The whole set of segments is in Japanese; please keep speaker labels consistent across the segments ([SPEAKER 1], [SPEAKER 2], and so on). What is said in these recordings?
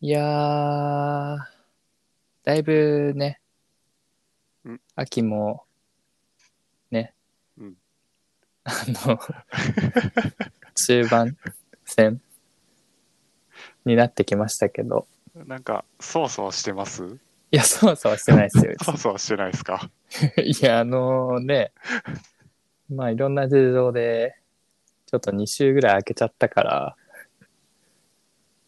[SPEAKER 1] いやー、だいぶね
[SPEAKER 2] うん、
[SPEAKER 1] 秋も、ね、
[SPEAKER 2] うん
[SPEAKER 1] あの、中盤戦になってきましたけど、
[SPEAKER 2] なんか、そわそわしてます
[SPEAKER 1] いや、そわそわしてない ですよ。
[SPEAKER 2] そわそわしてないですか
[SPEAKER 1] いや、あのね、まあいろんな事情で、ちょっと2週ぐらい空けちゃったから、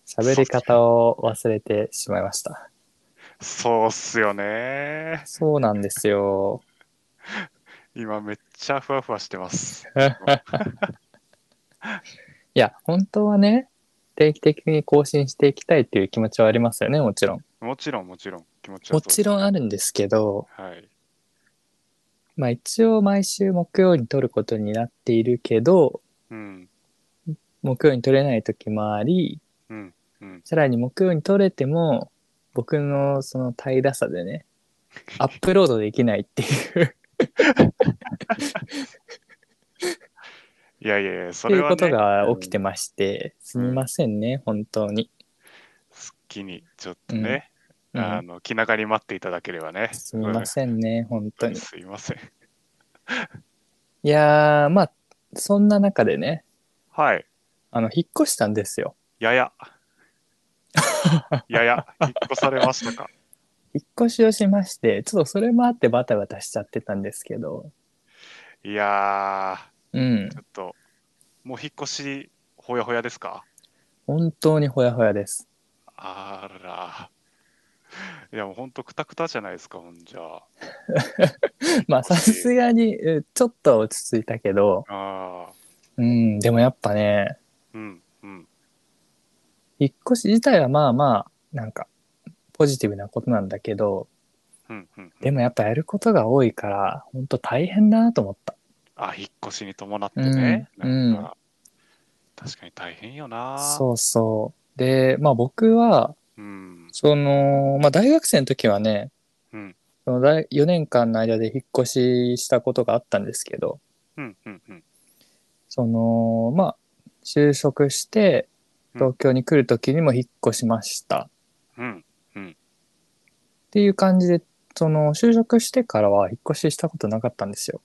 [SPEAKER 1] 喋り方を忘れてしまいました。
[SPEAKER 2] そうっすよね。
[SPEAKER 1] そうなんですよ。
[SPEAKER 2] 今めっちゃふわふわし てます。
[SPEAKER 1] いや、本当はね、定期的に更新していきたいっていう気持ちはありますよね、もちろん。
[SPEAKER 2] もちろんもちろん気持ちは
[SPEAKER 1] も
[SPEAKER 2] そう
[SPEAKER 1] ちろんあるんですけど、
[SPEAKER 2] はい。
[SPEAKER 1] まあ一応毎週木曜に撮ることになっているけど、
[SPEAKER 2] うん。
[SPEAKER 1] 木曜に撮れない時もあり、
[SPEAKER 2] うん。うん。
[SPEAKER 1] さらに木曜に撮れても、僕のその怠惰さでね、アップロードできないっていう、
[SPEAKER 2] いやいやいや、 そ
[SPEAKER 1] とい
[SPEAKER 2] れ
[SPEAKER 1] う
[SPEAKER 2] は、
[SPEAKER 1] こ
[SPEAKER 2] ね、
[SPEAKER 1] とが起きてまして、すみませんね、本当に。
[SPEAKER 2] すっきりちょっとね、
[SPEAKER 1] うん
[SPEAKER 2] あの気長に待っていただければね。
[SPEAKER 1] すみませんね、本当
[SPEAKER 2] うん。
[SPEAKER 1] に。
[SPEAKER 2] すいません。
[SPEAKER 1] いやー、まあ、そんな中でね、
[SPEAKER 2] はい。
[SPEAKER 1] あの、引っ越したんですよ。
[SPEAKER 2] やや。やや。引っ越されましたか。
[SPEAKER 1] 引っ越しをしまして、ちょっとそれもあってバタバタしちゃってたんですけど、
[SPEAKER 2] いや
[SPEAKER 1] うん
[SPEAKER 2] ー、ち、ょっと、もう引っ越し、ほやほやですか
[SPEAKER 1] 本当にほやほやです。
[SPEAKER 2] あら。いや、もうほんとくたくたじゃないですか、ほんじゃあ。
[SPEAKER 1] まあ、さすがに、えちょっとは落ち着いたけど、
[SPEAKER 2] ああ。
[SPEAKER 1] うん、でもやっぱね、
[SPEAKER 2] うん、うん。
[SPEAKER 1] 引っ越し自体はまあまあなんかポジティブなことなんだけど
[SPEAKER 2] うん、うん。
[SPEAKER 1] でもやっぱやることが多いから本当大変だなと思った
[SPEAKER 2] あ、引っ越しに伴ってね。
[SPEAKER 1] うん
[SPEAKER 2] なんか、確かに大変よな。
[SPEAKER 1] そうそうでまあ僕は
[SPEAKER 2] う。うん。
[SPEAKER 1] その、まあ、大学生の時はね、
[SPEAKER 2] うん
[SPEAKER 1] その大4年間の間で引っ越ししたことがあったんですけど
[SPEAKER 2] うん、うん、うん。
[SPEAKER 1] そのまあ就職して
[SPEAKER 2] うん
[SPEAKER 1] 東京に来る時にも引っ越しました、っ
[SPEAKER 2] うん。
[SPEAKER 1] ていう感じでその就職してからは引っ越ししたことなかったんですよ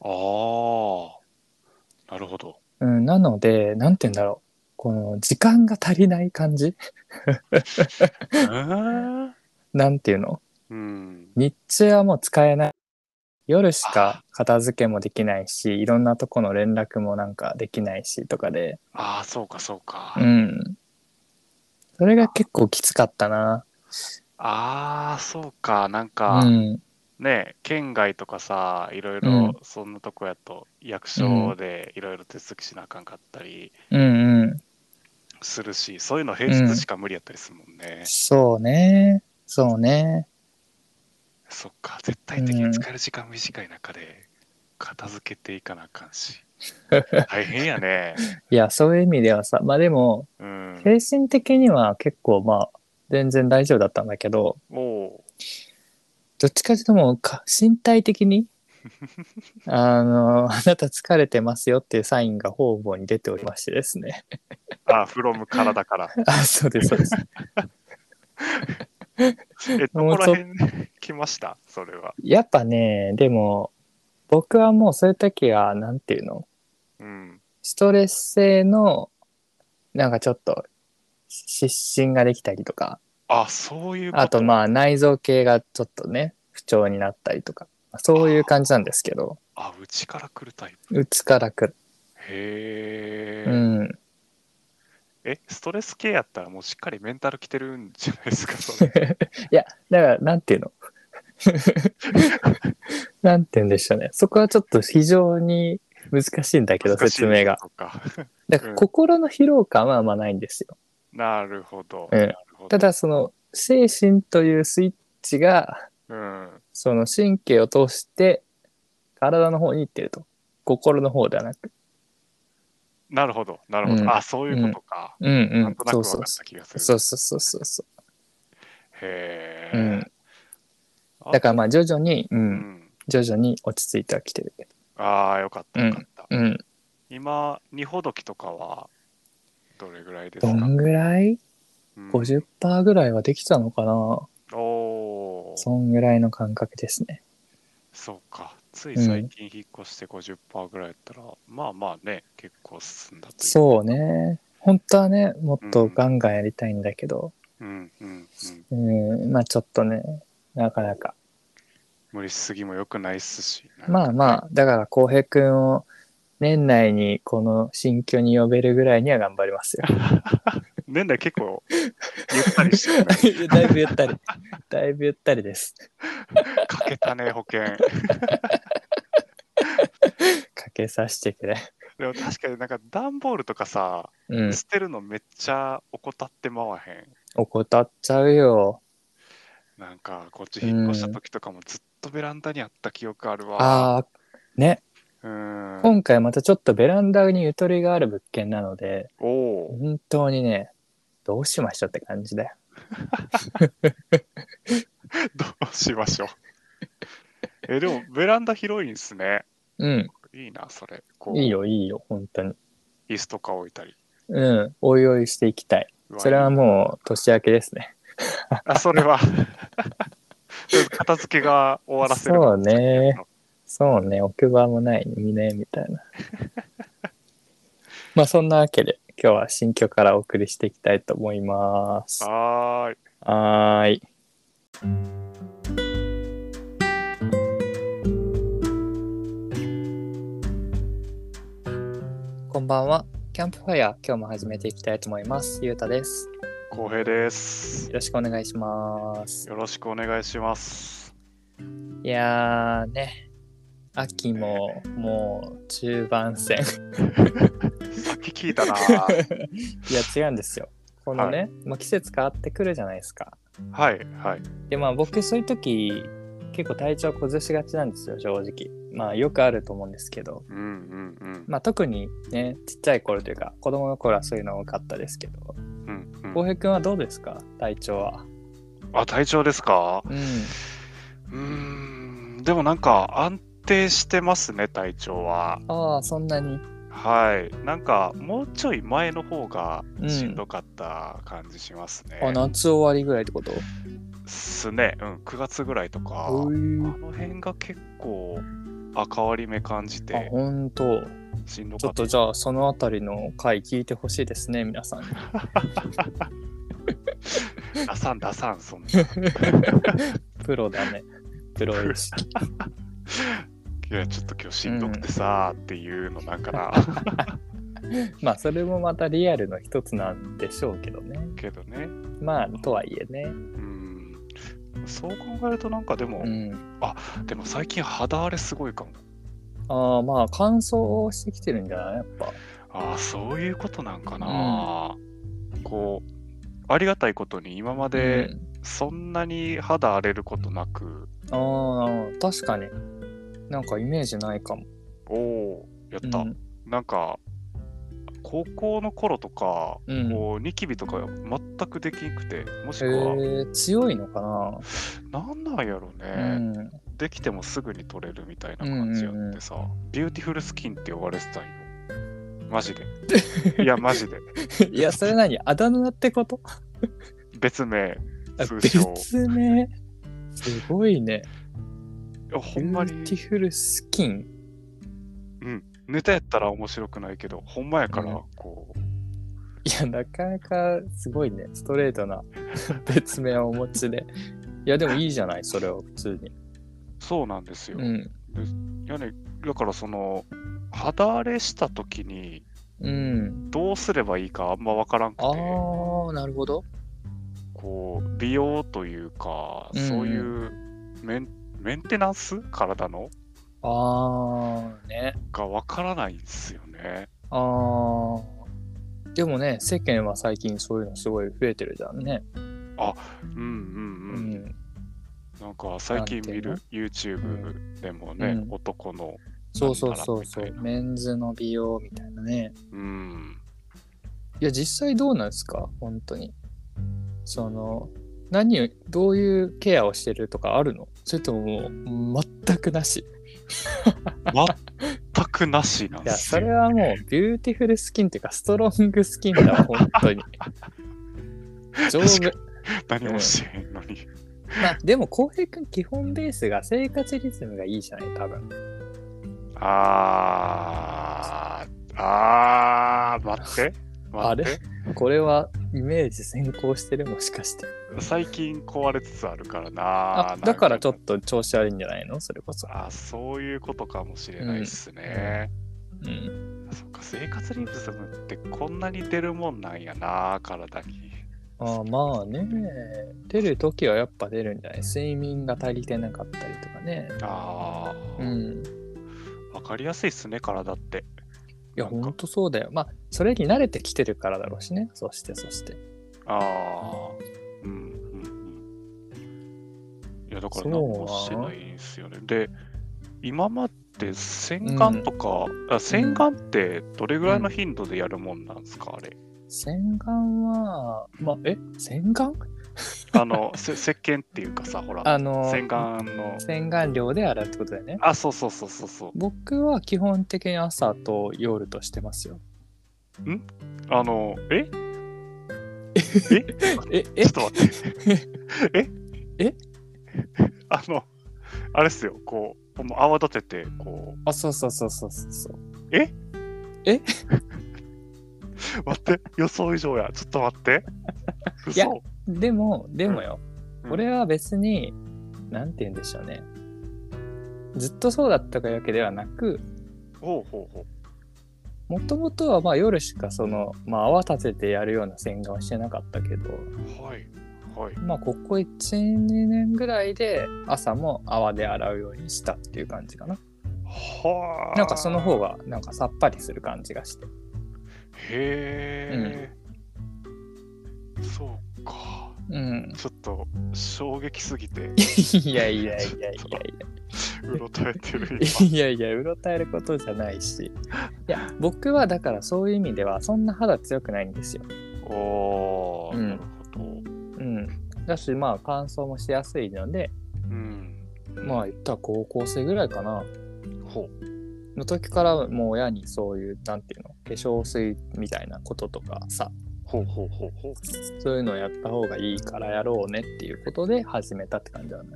[SPEAKER 2] ああ。なる ほど。
[SPEAKER 1] うん、なので、なんて言うんだろう。この時間が足りない感じ
[SPEAKER 2] えー
[SPEAKER 1] なんていうの
[SPEAKER 2] うん。
[SPEAKER 1] 日中はもう使えない。夜しか片付けもできないし、いろんなとこの連絡もなんかできないしとかで。
[SPEAKER 2] ああ、そうか、そうか。
[SPEAKER 1] うん。それが結構きつかったな。
[SPEAKER 2] ああ、そうか。なん
[SPEAKER 1] う
[SPEAKER 2] か、
[SPEAKER 1] ん。
[SPEAKER 2] ね、県外とかさ、いろいうろ
[SPEAKER 1] ん、
[SPEAKER 2] そんなとこやと、役所でいろいろ手続きしなあかんかったり
[SPEAKER 1] うんうん。
[SPEAKER 2] するし、そういうの平日しか無理やったりするもんね。
[SPEAKER 1] そうね。そうね。
[SPEAKER 2] そっか、絶対的に使える時間短い中で、片付けていかなあかん し。大変やね。
[SPEAKER 1] いや、そういう意味ではさ、まあでも、
[SPEAKER 2] うん。
[SPEAKER 1] 精神的には結構まあ、全然大丈夫だったんだけど、
[SPEAKER 2] おう
[SPEAKER 1] どっちかというともうか身体的にあのあなた疲れてますよっていうサインが方々に出ておりましてですね
[SPEAKER 2] あ、フロムからだから。
[SPEAKER 1] あそうですそうです
[SPEAKER 2] え、どこら辺来ましたそれは。
[SPEAKER 1] やっぱねでも僕はもうそういう時はなんていうの
[SPEAKER 2] うん。
[SPEAKER 1] ストレス性のなんかちょっと失神ができたりとか
[SPEAKER 2] あ、そういうこと。
[SPEAKER 1] あと まあ内臓系がちょっとね不調になったりとかそういう感じなんですけど
[SPEAKER 2] あ、うちから来るタイプ。
[SPEAKER 1] うつからくる、
[SPEAKER 2] へえ。
[SPEAKER 1] うん、
[SPEAKER 2] え、ストレス系やったらもうしっかりメンタルきてるんじゃないですか、それ。
[SPEAKER 1] だから、なんていうの なんて言うんでしょうね。そこはちょっと非常に難しいんだ けど、
[SPEAKER 2] 難しい
[SPEAKER 1] 説明が。
[SPEAKER 2] そうか
[SPEAKER 1] だから、心の疲労感はあんまないんですよ。
[SPEAKER 2] なるほど。
[SPEAKER 1] うん
[SPEAKER 2] なるほ
[SPEAKER 1] た
[SPEAKER 2] ど。
[SPEAKER 1] だ、その、精神というスイッチが、
[SPEAKER 2] うん。
[SPEAKER 1] その神経を通して、体の方に行ってると。心の方ではなく。
[SPEAKER 2] なるほど。なるほ
[SPEAKER 1] うん
[SPEAKER 2] ど。あ、そういうことか。
[SPEAKER 1] うんう
[SPEAKER 2] なん
[SPEAKER 1] ん
[SPEAKER 2] と。なく
[SPEAKER 1] そう
[SPEAKER 2] 分
[SPEAKER 1] そ
[SPEAKER 2] か
[SPEAKER 1] う
[SPEAKER 2] っ
[SPEAKER 1] そ
[SPEAKER 2] た気がす
[SPEAKER 1] う。
[SPEAKER 2] る。
[SPEAKER 1] そうそうそうそうそ
[SPEAKER 2] へ
[SPEAKER 1] う。う
[SPEAKER 2] え
[SPEAKER 1] ん。。だから、まあ、徐々に、う。
[SPEAKER 2] うんん。
[SPEAKER 1] 徐々に落ち着いてはきてる。
[SPEAKER 2] ああ、よかった、よかった。
[SPEAKER 1] うん。
[SPEAKER 2] 今、二ほどきとかは、どれぐらいです
[SPEAKER 1] ど
[SPEAKER 2] か
[SPEAKER 1] んぐらい
[SPEAKER 2] うん
[SPEAKER 1] 50%ぐらいはできたのかな。
[SPEAKER 2] おー
[SPEAKER 1] そんぐらいの感覚ですね。
[SPEAKER 2] そうかつい最近引っ越して50%ぐらいやったら、まあまあね結構進んだという
[SPEAKER 1] そうね。本当はね、もっとガンガンやりたいんだけど、
[SPEAKER 2] うんうんうん
[SPEAKER 1] うん、まあちょっとね、なかなか。
[SPEAKER 2] 無理しすぎも良くないっすし
[SPEAKER 1] まあまあ、だから浩平くんを年内にこの新居に呼べるぐらいには頑張りますよ。
[SPEAKER 2] 年内結構ゆったりしてる ね
[SPEAKER 1] だいぶゆったり。 だいぶゆったりです。
[SPEAKER 2] かけたね保険
[SPEAKER 1] かけさせてくれ。
[SPEAKER 2] でも確かになんか段ボールとかさ、
[SPEAKER 1] うん。
[SPEAKER 2] 捨てるのめっちゃ怠ってまわへん
[SPEAKER 1] 怠っちゃうよ。
[SPEAKER 2] なんかこっち引っ越した時とかもずっとベランダにあった記憶あるわ
[SPEAKER 1] ああ、ね。
[SPEAKER 2] うん
[SPEAKER 1] 今回またちょっとベランダにゆとりがある物件なので、
[SPEAKER 2] おお
[SPEAKER 1] 本当にね、どうしましょうって感じだよ。
[SPEAKER 2] ーどうしましょうえでもベランダ広いんすね
[SPEAKER 1] うん。
[SPEAKER 2] いいなそれこう
[SPEAKER 1] いいよ、いいよ、本当に。
[SPEAKER 2] 椅子とか置いたり
[SPEAKER 1] うん。おいおいしていきたい。
[SPEAKER 2] うわ
[SPEAKER 1] それはい
[SPEAKER 2] い
[SPEAKER 1] もう年明けですね。
[SPEAKER 2] あそれは片付けが終わらせる
[SPEAKER 1] そうねそうね、置く場もないね、みたいな。まあそんなわけで、今日は新居からお送りしていきたいと思います。
[SPEAKER 2] はーい
[SPEAKER 1] はーい。こんばんは。キャンプファイヤー、今日も始めていきたいと思います。ゆうたです。
[SPEAKER 2] 浩平です
[SPEAKER 1] よろしくお願いします。
[SPEAKER 2] よろしくお願いします
[SPEAKER 1] いやーね、秋ももう中盤戦。
[SPEAKER 2] さっき聞 いたな
[SPEAKER 1] いや違うんですよ。このね、まあ、季節変わってくるじゃないですか。
[SPEAKER 2] はいはい
[SPEAKER 1] でまあ僕そういう時結構体調崩しがちなんですよ正直。まあよくあると思うんですけど、
[SPEAKER 2] うんうんうん
[SPEAKER 1] まあ、特にねちっちゃい頃というか子供の頃はそういうの多かったですけど
[SPEAKER 2] うんう
[SPEAKER 1] 浩
[SPEAKER 2] ん
[SPEAKER 1] 平君はどうですか体調は。
[SPEAKER 2] あ体調ですか
[SPEAKER 1] うん
[SPEAKER 2] うーんでもなんか安定してますね体調は
[SPEAKER 1] ああそんなに。
[SPEAKER 2] はいなんかもうちょい前の方が
[SPEAKER 1] うん
[SPEAKER 2] しんどかった感じしますね、
[SPEAKER 1] あ夏終わりぐらいってこと
[SPEAKER 2] すね、うん、9月ぐらいとか、
[SPEAKER 1] う
[SPEAKER 2] あ
[SPEAKER 1] ー
[SPEAKER 2] の辺が結構赤割り目感じ
[SPEAKER 1] あ
[SPEAKER 2] て
[SPEAKER 1] ほんと
[SPEAKER 2] しんど
[SPEAKER 1] ち
[SPEAKER 2] か
[SPEAKER 1] ょ
[SPEAKER 2] っ
[SPEAKER 1] ったとじゃあそのあたりの回聞いてほしいですね皆 さんに
[SPEAKER 2] 出さん出さ んそんな
[SPEAKER 1] プロだねプロ意識
[SPEAKER 2] いやちょっと今日しんどくてさーっていうのなん かな、
[SPEAKER 1] まあそれもまたリアルの一つなんでしょうけどね
[SPEAKER 2] けどね
[SPEAKER 1] まあとはいえね
[SPEAKER 2] うんそう考えるとなんかでも、
[SPEAKER 1] うん
[SPEAKER 2] でも最近肌荒れすごいかも
[SPEAKER 1] ああまあ乾燥してきてるんじゃないやっぱ
[SPEAKER 2] ああそういうことなんかな、こうありがたいことに今までそんなに肌荒れることなく、
[SPEAKER 1] うんああ確かになんかイメージないかも、
[SPEAKER 2] おおやった、
[SPEAKER 1] うん
[SPEAKER 2] なんか高校の頃とか、
[SPEAKER 1] うん
[SPEAKER 2] こうニキビとか全くできんくてもし
[SPEAKER 1] え
[SPEAKER 2] くは
[SPEAKER 1] ー、強いのかな、
[SPEAKER 2] なんなんやろ
[SPEAKER 1] う
[SPEAKER 2] ね、
[SPEAKER 1] ん、
[SPEAKER 2] できてもすぐに取れるみたいな感じやってさ、ビューティフルスキンって呼ばれてたんよマジで いやマジで
[SPEAKER 1] いやそれ何あだ名って こと
[SPEAKER 2] 別名
[SPEAKER 1] あ
[SPEAKER 2] 通称
[SPEAKER 1] 別名すごいね
[SPEAKER 2] いやほんまに
[SPEAKER 1] ビューティフルスキン
[SPEAKER 2] ネタやったら面白くないけどほんまやか
[SPEAKER 1] うん
[SPEAKER 2] らこう、
[SPEAKER 1] いやなかなかすごいねストレートな 別名をお持ちでいやでもいいじゃないそれは普通に
[SPEAKER 2] そうなんですよ、
[SPEAKER 1] うん
[SPEAKER 2] いやねだからその肌荒れした時に
[SPEAKER 1] うん
[SPEAKER 2] どうすればいいかあんまわからんくて
[SPEAKER 1] ああなるほど
[SPEAKER 2] こう美容というか、
[SPEAKER 1] うんうん
[SPEAKER 2] そういうメンメンテナンス体の
[SPEAKER 1] ああね
[SPEAKER 2] がわからないんですよね。
[SPEAKER 1] ああでもね世間は最近そういうのすごい増えてるじゃんね
[SPEAKER 2] うんうん
[SPEAKER 1] う
[SPEAKER 2] うん。
[SPEAKER 1] ん
[SPEAKER 2] なんか最近見
[SPEAKER 1] な
[SPEAKER 2] る
[SPEAKER 1] ん
[SPEAKER 2] YouTube でもね、
[SPEAKER 1] うん
[SPEAKER 2] 男の、
[SPEAKER 1] そうそうそうそ
[SPEAKER 2] なん
[SPEAKER 1] う
[SPEAKER 2] だろう
[SPEAKER 1] メンズの美容みたいなね
[SPEAKER 2] うん、
[SPEAKER 1] いや実際どうなんですか本当にその何をどういうケアをしてるとかあるのそれとももう全くなし
[SPEAKER 2] 全くなしなん
[SPEAKER 1] い
[SPEAKER 2] で
[SPEAKER 1] や
[SPEAKER 2] す
[SPEAKER 1] そ
[SPEAKER 2] よ。
[SPEAKER 1] れはもうビューティフルスキンっていうかストロングスキンだわ本当に上
[SPEAKER 2] 確か
[SPEAKER 1] 部
[SPEAKER 2] 何もしてへんのに。
[SPEAKER 1] まあでも浩平君基本ベースが生活リズムがいいじゃない多分
[SPEAKER 2] あー、あー、待って。
[SPEAKER 1] あ
[SPEAKER 2] 待
[SPEAKER 1] れ
[SPEAKER 2] って。
[SPEAKER 1] これはイメージ先行してるもしかして
[SPEAKER 2] 最近壊れつつあるからな
[SPEAKER 1] あ
[SPEAKER 2] なん
[SPEAKER 1] だからちょっ
[SPEAKER 2] と。
[SPEAKER 1] と調子悪いんじゃないのそれこそ、
[SPEAKER 2] あーそういうことかもしれないっすね。
[SPEAKER 1] うん、
[SPEAKER 2] そっか、生活リズムってこんなに出るもんなんやな体に。
[SPEAKER 1] あまあね出る時はやっぱ出るんじゃない睡眠が足りてなかったりとかね
[SPEAKER 2] あ
[SPEAKER 1] う
[SPEAKER 2] ー、
[SPEAKER 1] ん
[SPEAKER 2] わかりやすいっすね、体って。
[SPEAKER 1] いや
[SPEAKER 2] なんか
[SPEAKER 1] ほんとそうだよまあそれに慣れてきてるからだろうしねそしてそして
[SPEAKER 2] ああ、うんうんうん。いや、だから何もしてないんですよね。で、今まで洗顔とか、あ洗顔ってどれぐらいの頻度でやるもんなんですか、あれ。
[SPEAKER 1] 洗顔はまあえ洗顔
[SPEAKER 2] あの、 せ石鹸っていうかさ、ほら、
[SPEAKER 1] あの
[SPEAKER 2] 洗顔の。
[SPEAKER 1] 洗顔料で洗うってことだよね
[SPEAKER 2] あ、そうそうそうそうそう。
[SPEAKER 1] 僕は基本的に朝と夜としてますよ
[SPEAKER 2] あの、え
[SPEAKER 1] え
[SPEAKER 2] え
[SPEAKER 1] え
[SPEAKER 2] ちょっと待 って。え
[SPEAKER 1] え
[SPEAKER 2] あの、あれっすよ、こう、もう泡立てて、こ
[SPEAKER 1] あそうそうそうそうそうそう
[SPEAKER 2] う、待って、予想以上や、ちょっと待って。
[SPEAKER 1] いや
[SPEAKER 2] 嘘
[SPEAKER 1] でもでもよ、
[SPEAKER 2] うん
[SPEAKER 1] 俺は別になんて言うんでしょうねずっとそうだったというわけではなく
[SPEAKER 2] ほうほうほう。
[SPEAKER 1] もともとはまあ夜しかその、まあ、泡立ててやるような洗顔はしてなかったけど
[SPEAKER 2] はい。はい。
[SPEAKER 1] まあここ12年ぐらいで朝も泡で洗うようにしたっていう感じかな
[SPEAKER 2] はあ。
[SPEAKER 1] なんかその方。がなんかさっぱりする感じがして
[SPEAKER 2] へえ、そうか。
[SPEAKER 1] うん
[SPEAKER 2] ちょっと衝撃すぎて、
[SPEAKER 1] いやいやいやいやいう
[SPEAKER 2] ろたえてる
[SPEAKER 1] やいやいやうろたえることじゃないしいや僕はだからそういう意味ではそんな肌強くないんですよ
[SPEAKER 2] 今。おー、
[SPEAKER 1] うん
[SPEAKER 2] なるほど。
[SPEAKER 1] うんだしまあ乾燥もしやすいので
[SPEAKER 2] うん。
[SPEAKER 1] まあ言ったら高校生ぐらいかな
[SPEAKER 2] ほう。
[SPEAKER 1] の時からもう親にそういうなんていうの化粧水みたいなこととかさ
[SPEAKER 2] ほうほうほうほう。
[SPEAKER 1] そういうのをやった方がいいからやろうねっていうことで始めたって感じだね。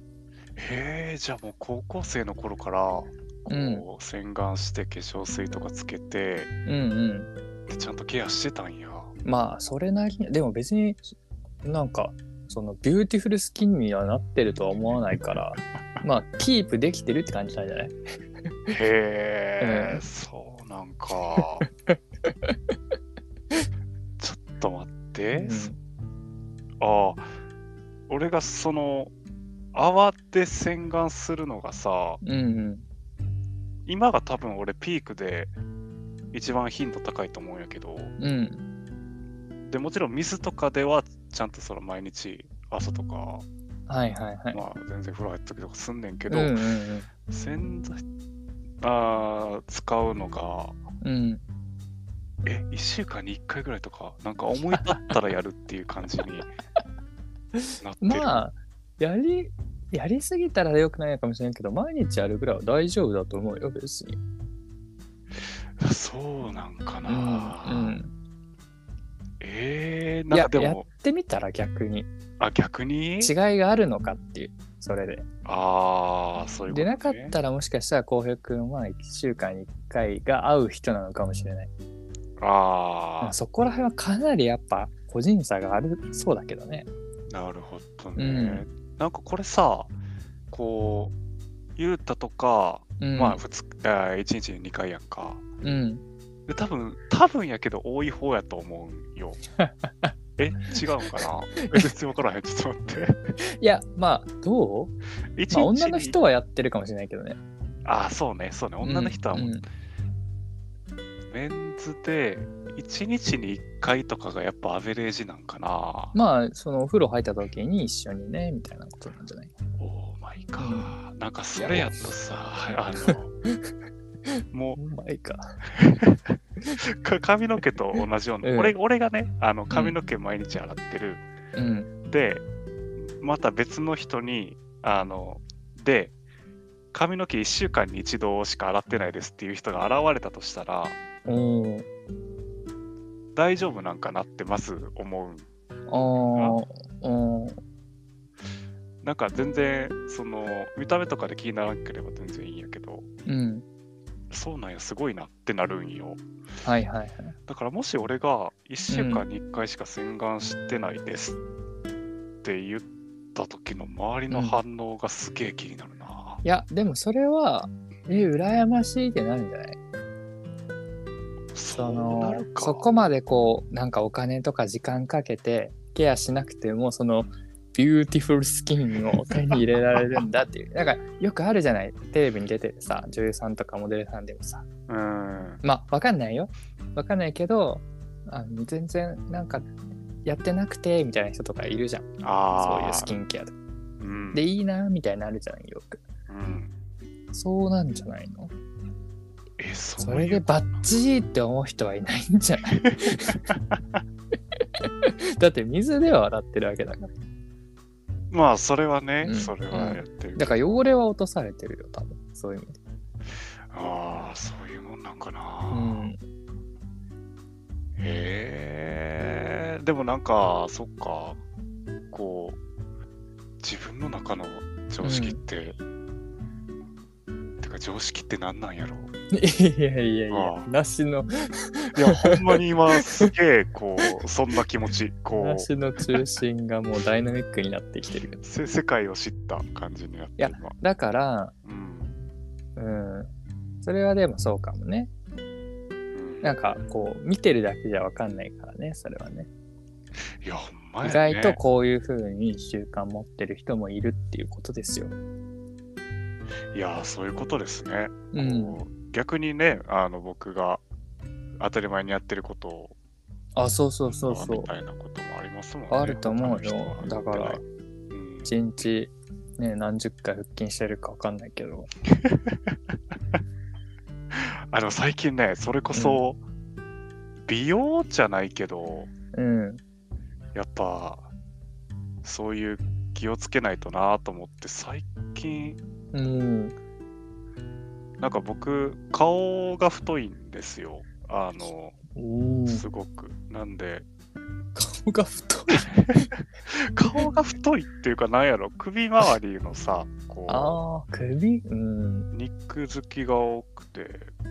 [SPEAKER 2] へえ、じゃあもう高校生の頃から、こう、
[SPEAKER 1] う
[SPEAKER 2] 洗顔して化粧水とかつけて、
[SPEAKER 1] うんうん。
[SPEAKER 2] でちゃんとケアしてたんや。
[SPEAKER 1] まあそれなりにでも別になんかそのビューティフルスキンにはなってるとは思わないからまあキープできてるって感じなんじゃない
[SPEAKER 2] へ
[SPEAKER 1] う
[SPEAKER 2] え、
[SPEAKER 1] ん
[SPEAKER 2] そうなん か。ちょっと待って。ああ、俺がその、慌て洗顔するのがさ、
[SPEAKER 1] うんうん
[SPEAKER 2] 今が多分俺ピークで一番頻度高いと思うんやけど、
[SPEAKER 1] うんうん。
[SPEAKER 2] でもちろん水とかではちゃんとその毎日朝とか、
[SPEAKER 1] はいはいはい。
[SPEAKER 2] まあ全然風呂入ったりとかすんねんけ
[SPEAKER 1] う
[SPEAKER 2] ど、
[SPEAKER 1] んうん
[SPEAKER 2] 洗剤あー使うのが、
[SPEAKER 1] うん。うん
[SPEAKER 2] え、1週間に1回ぐらいとか、なんか思い立ったらやるっていう感じになってる。
[SPEAKER 1] まあやりやりすぎたら良くないのかもしれないけど毎日やるぐらいは大丈夫だと思うよ別に。
[SPEAKER 2] そうなんか
[SPEAKER 1] う
[SPEAKER 2] な。
[SPEAKER 1] んうん。
[SPEAKER 2] えー、なんかで
[SPEAKER 1] いや
[SPEAKER 2] も、
[SPEAKER 1] やってみたら逆に
[SPEAKER 2] あ、逆に
[SPEAKER 1] 違いがあるのかっていうそれで。
[SPEAKER 2] ああ、そういうこと、
[SPEAKER 1] で
[SPEAKER 2] ね。
[SPEAKER 1] なかったらもしかしたら浩平君は1週間に1回が合う人なのかもしれない、ま
[SPEAKER 2] あ
[SPEAKER 1] あ、そこら辺はかなりやっぱ個人差があるそうだけどね
[SPEAKER 2] あ、なるほどね。なんかこれさ、こう、ゆうたとか、
[SPEAKER 1] うん
[SPEAKER 2] まあ、二日、あー一日に2回やんか。
[SPEAKER 1] うん
[SPEAKER 2] で、多分、多分やけど多い方やと思う んよ。え、違うんかなえ、別に分からへん。ちょっと待って。
[SPEAKER 1] いやまあどう、
[SPEAKER 2] 一日
[SPEAKER 1] まあ、
[SPEAKER 2] に
[SPEAKER 1] 女の人はやってるかもしれないけどね
[SPEAKER 2] ああ、そうね、そうね。女の人はもう、
[SPEAKER 1] うんうん
[SPEAKER 2] メンズで、1日に1回とかがやっぱアベレージなんかな。
[SPEAKER 1] まあそのお風呂入った時に一緒にねみたいなことなんじゃない
[SPEAKER 2] オーマイか
[SPEAKER 1] う
[SPEAKER 2] なんかそれやとさ、あの、も
[SPEAKER 1] お前か
[SPEAKER 2] うか髪の毛と同じような、
[SPEAKER 1] うん
[SPEAKER 2] 俺俺がね、あの髪の毛毎日洗ってる。
[SPEAKER 1] うん
[SPEAKER 2] で、また別の人に、あの、で、髪の毛1週間に一度しか洗ってないですっていう人が現れたとしたら、
[SPEAKER 1] おー
[SPEAKER 2] 大丈夫なんかなってまず思うん
[SPEAKER 1] ああ、うん。
[SPEAKER 2] なんか全然その見た目とかで気にならなければ全然いいんやけど
[SPEAKER 1] うん。
[SPEAKER 2] そうなんやすごいなってなるんよ
[SPEAKER 1] はいはいはい。
[SPEAKER 2] だからもし俺が1週間に1回しか洗顔してないですって言った時の周りの反応がすげえ気になるな、
[SPEAKER 1] いや、でもそれは、え、羨ましいってなるんじゃない
[SPEAKER 2] そ
[SPEAKER 1] そう
[SPEAKER 2] な
[SPEAKER 1] の
[SPEAKER 2] るか
[SPEAKER 1] そこまでこう、なんかお金とか時間かけてケアしなくても、その、ビューティフルスキンを手に入れられるんだっていう。なんか、よくあるじゃないテレビに出てるさ、女優さんとかモデルさんでもさ。
[SPEAKER 2] うん
[SPEAKER 1] まあ、わかんないよ。わかんないけど、あの全然、なんか、やってなくて、みたいな人とかいるじゃん。
[SPEAKER 2] ああ
[SPEAKER 1] そういうスキンケアとか。
[SPEAKER 2] うん
[SPEAKER 1] で、いいな、みたいなのあるじゃないよく。
[SPEAKER 2] うん、
[SPEAKER 1] そうなんじゃないの
[SPEAKER 2] えそう
[SPEAKER 1] それ
[SPEAKER 2] い
[SPEAKER 1] で
[SPEAKER 2] う
[SPEAKER 1] バッチリって思う人はいないんじゃない だって水では洗ってるわけだから。
[SPEAKER 2] まあそれはね、
[SPEAKER 1] うん
[SPEAKER 2] それはやってる
[SPEAKER 1] だから汚れは落とされてるよ、多分。そういう意味で。
[SPEAKER 2] ああそういうもんなんかな、
[SPEAKER 1] うん。
[SPEAKER 2] へえでもなんかそっかこう自分の中の常識って、てか常識って何なんやろ
[SPEAKER 1] いやいやい
[SPEAKER 2] ああ
[SPEAKER 1] や、なしの、
[SPEAKER 2] いやほんまに今すげえこ うそんな気持ちこ
[SPEAKER 1] な
[SPEAKER 2] う
[SPEAKER 1] しの中心がもうダイナミックになってきてるけど。
[SPEAKER 2] せ世界を知った感じになって
[SPEAKER 1] や
[SPEAKER 2] る今
[SPEAKER 1] だから、
[SPEAKER 2] うん
[SPEAKER 1] うん。それはでもそうかもね。
[SPEAKER 2] うん
[SPEAKER 1] なんかこう、見てるだけじゃわかんないからね、それはね。
[SPEAKER 2] いやほんま
[SPEAKER 1] 意
[SPEAKER 2] や、ね、
[SPEAKER 1] 外とこういう風に習慣持ってる人もいるっていうことですよ。
[SPEAKER 2] いやそういうことですね、
[SPEAKER 1] うん。
[SPEAKER 2] こう逆にねあの僕が当たり前にやってることを
[SPEAKER 1] あ、そうそうそうそう
[SPEAKER 2] み。たいなこともありますもんね。
[SPEAKER 1] あると思うよ
[SPEAKER 2] 他の人
[SPEAKER 1] だ
[SPEAKER 2] は
[SPEAKER 1] から
[SPEAKER 2] うん
[SPEAKER 1] 一日ね何十回腹筋してるか分かんないけど
[SPEAKER 2] あの最近ね、それこそ、美容じゃないけど、
[SPEAKER 1] うん
[SPEAKER 2] やっぱ、そういう気をつけないとなと思って、最近、
[SPEAKER 1] うん
[SPEAKER 2] なんか僕、顔が太いんですよ。あの、
[SPEAKER 1] お
[SPEAKER 2] すごく。なんで、
[SPEAKER 1] 顔が太い
[SPEAKER 2] 顔が太いっていうか、なんやろ、首周りのさ、こう、
[SPEAKER 1] あー首うん
[SPEAKER 2] 肉好きが多くてこ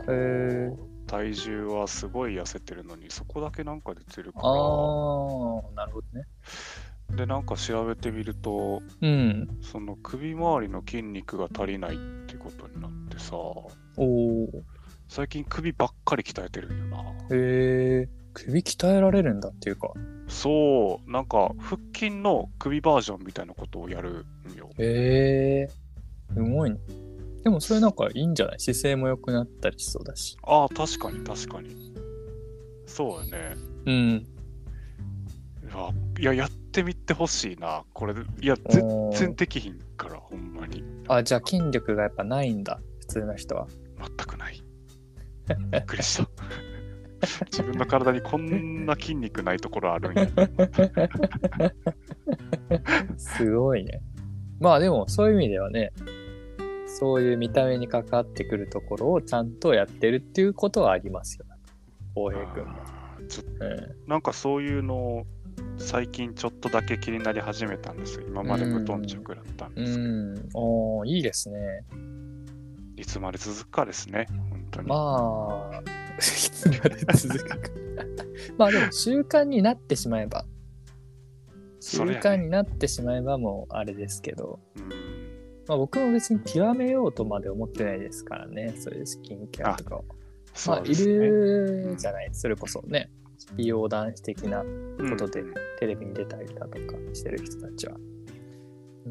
[SPEAKER 2] う
[SPEAKER 1] へー
[SPEAKER 2] 体重はすごい痩せてるのにそこだけなんか出てるか
[SPEAKER 1] ああなるほどね
[SPEAKER 2] らでなんか調べてみると
[SPEAKER 1] うん
[SPEAKER 2] その首周りの筋肉が足りないってことになってさ
[SPEAKER 1] おお
[SPEAKER 2] 最近首ばっかり鍛えてるんよな
[SPEAKER 1] へえ首鍛えられるんだっていうか
[SPEAKER 2] そうなんか腹筋の首バージョンみたいなことをやるんよ
[SPEAKER 1] へえすごいねでもそれなんかいいんじゃない姿勢も良くなったりしそうだし
[SPEAKER 2] ああ確かに確かにそうやね
[SPEAKER 1] うん
[SPEAKER 2] いやいややってみてほしいなこれいや全
[SPEAKER 1] 全
[SPEAKER 2] 全然できひんからほんまに
[SPEAKER 1] あじゃあ筋力がやっぱないんだ普通の人は
[SPEAKER 2] 全くない びっくりした 自分の体にこんな筋肉ないところ あるんや
[SPEAKER 1] すごいね。まあでもそういう意味ではね、そういう見た目に関わってくるところをちゃんとやってるっていうことはありますよ。浩平君も。
[SPEAKER 2] あーちょ
[SPEAKER 1] うん
[SPEAKER 2] なんかそういうのを最近ちょっとだけ気になり始めたんですよ今まで無頓着だったんですけど、
[SPEAKER 1] うん、おーいいですね。
[SPEAKER 2] いつまで続くかですね本当に、
[SPEAKER 1] ま あ、いつまで続くか。まあでも習慣になってしまえば、習
[SPEAKER 2] それやね
[SPEAKER 1] 慣になってしまえばもうあれですけど、
[SPEAKER 2] うん
[SPEAKER 1] まあ僕も別に極めようとまで思ってないですからね、そういうスキンケアとかを。まあ、
[SPEAKER 2] そう
[SPEAKER 1] い
[SPEAKER 2] ですね
[SPEAKER 1] るじゃない、それこそね、美容男子的なことで
[SPEAKER 2] うん
[SPEAKER 1] テレビに出たりだとかしてる人たちは。う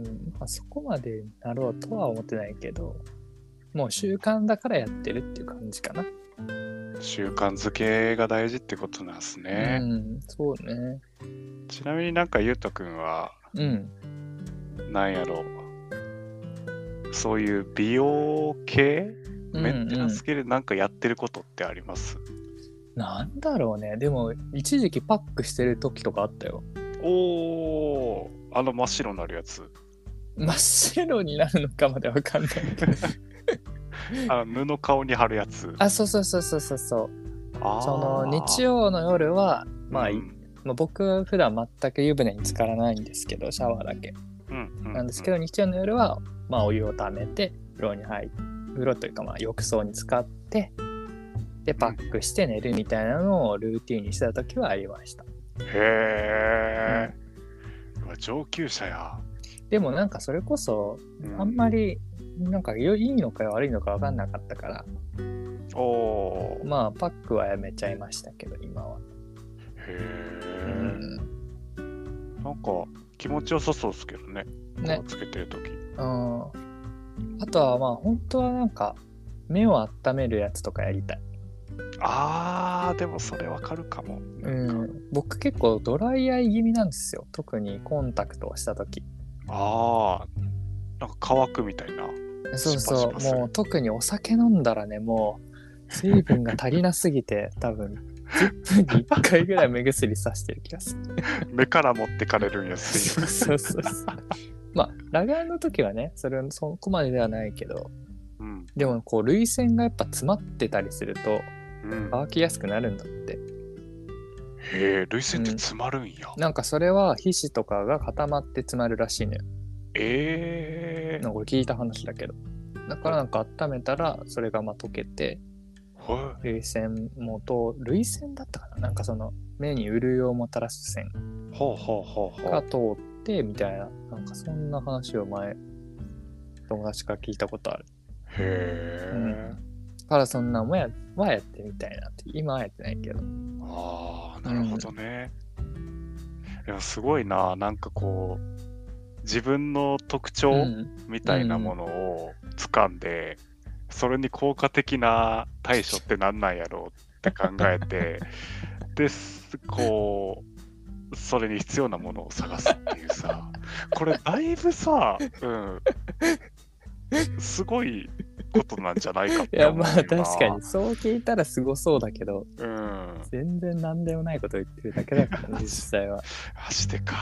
[SPEAKER 1] ん、まあ、そこまでなろうとは思ってないけど、もう習慣だからやってるっていう感じかな。
[SPEAKER 2] 習慣づけが大事ってことなんですね、
[SPEAKER 1] うん、そうね。
[SPEAKER 2] ちなみになんかゆうとくんは
[SPEAKER 1] うん。
[SPEAKER 2] なんやろそういう美容系メンテナンス系でなんかやってることってあります、
[SPEAKER 1] うんうんなんだろうね。でも、一時期パックしてる時とかあったよ。
[SPEAKER 2] おーあの真っ白になるやつ
[SPEAKER 1] 真っ白になるのかまでわかんないけ ど。
[SPEAKER 2] あの布顔に貼るやつ
[SPEAKER 1] あ、そうそうそうそうそうそう。
[SPEAKER 2] あー
[SPEAKER 1] その日曜の夜は、まあ、
[SPEAKER 2] うん
[SPEAKER 1] まあ、僕普段全く湯船に浸からないんですけどシャワーだけ
[SPEAKER 2] な
[SPEAKER 1] なんですけど日曜の夜は、まあ、お湯をためて風呂に入って風呂というかまあ浴槽に使ってでパックして寝るみたいなのをルーティンにしてた時はありました
[SPEAKER 2] へえ、うわ上級者や、
[SPEAKER 1] でもなんかそれこそあん
[SPEAKER 2] り
[SPEAKER 1] まりなんかよいいのか悪いのか分かんなかったから
[SPEAKER 2] おおー
[SPEAKER 1] まあパックはやめちゃいましたけど今は、
[SPEAKER 2] へ
[SPEAKER 1] う
[SPEAKER 2] え、
[SPEAKER 1] ん、
[SPEAKER 2] なんか気持ちよさそうですけどね
[SPEAKER 1] ね
[SPEAKER 2] こうつけてる時
[SPEAKER 1] うんあとはまあ本当はなんか目を温めるやつとかやりたい、
[SPEAKER 2] あーでもそれわかるかも
[SPEAKER 1] う
[SPEAKER 2] なんか
[SPEAKER 1] ん、僕結構ドライアイ気味なんですよ特にコンタクトをした時
[SPEAKER 2] あーなんか乾くみたいな
[SPEAKER 1] そう
[SPEAKER 2] シ
[SPEAKER 1] そ
[SPEAKER 2] パシパ
[SPEAKER 1] う
[SPEAKER 2] する
[SPEAKER 1] もう特にお酒飲んだらねもう水分が足りなすぎて多分10分に1回ぐらい目薬さしてる気がする
[SPEAKER 2] 目から持ってかれるんやす
[SPEAKER 1] そうそうそうそうまあラガーの時はねそれそこまでではないけど
[SPEAKER 2] うん
[SPEAKER 1] でもこう涙腺がやっぱ詰まってたりすると
[SPEAKER 2] うん、
[SPEAKER 1] 乾きやすくなるんだって
[SPEAKER 2] へえ涙腺って詰まるんや、
[SPEAKER 1] なんかそれは皮脂とかが固まって詰まるらしいのよ
[SPEAKER 2] ええ
[SPEAKER 1] なんかこれ聞いた話だけどだからなんか温めたらそれがまあ溶けて
[SPEAKER 2] ほ
[SPEAKER 1] 涙腺もと涙腺だったかななんかその目に潤いをもたらす線
[SPEAKER 2] うほうほうほうほ
[SPEAKER 1] が
[SPEAKER 2] う
[SPEAKER 1] 通ってみたいななんかそんな話を前友達から聞いたことある
[SPEAKER 2] へえ、
[SPEAKER 1] だからそんなんもやはやってみたいなって今はやってないけど
[SPEAKER 2] ああなるほどね、でもすごいななんかこう自分の特徴、
[SPEAKER 1] うん
[SPEAKER 2] みたいなものを掴んで、それに効果的な対処って何なんやろうって考え てですこうそれに必要なものを探すっていうさこれだいぶさ、うん、すごいことなんじゃないかっ
[SPEAKER 1] い
[SPEAKER 2] て
[SPEAKER 1] や
[SPEAKER 2] 思う
[SPEAKER 1] ま
[SPEAKER 2] よ
[SPEAKER 1] あ
[SPEAKER 2] な
[SPEAKER 1] 確かに、そう聞いたらすごそうだけど
[SPEAKER 2] うん、
[SPEAKER 1] 全然何でもないこと言ってるだけだから ね実際は
[SPEAKER 2] マジでか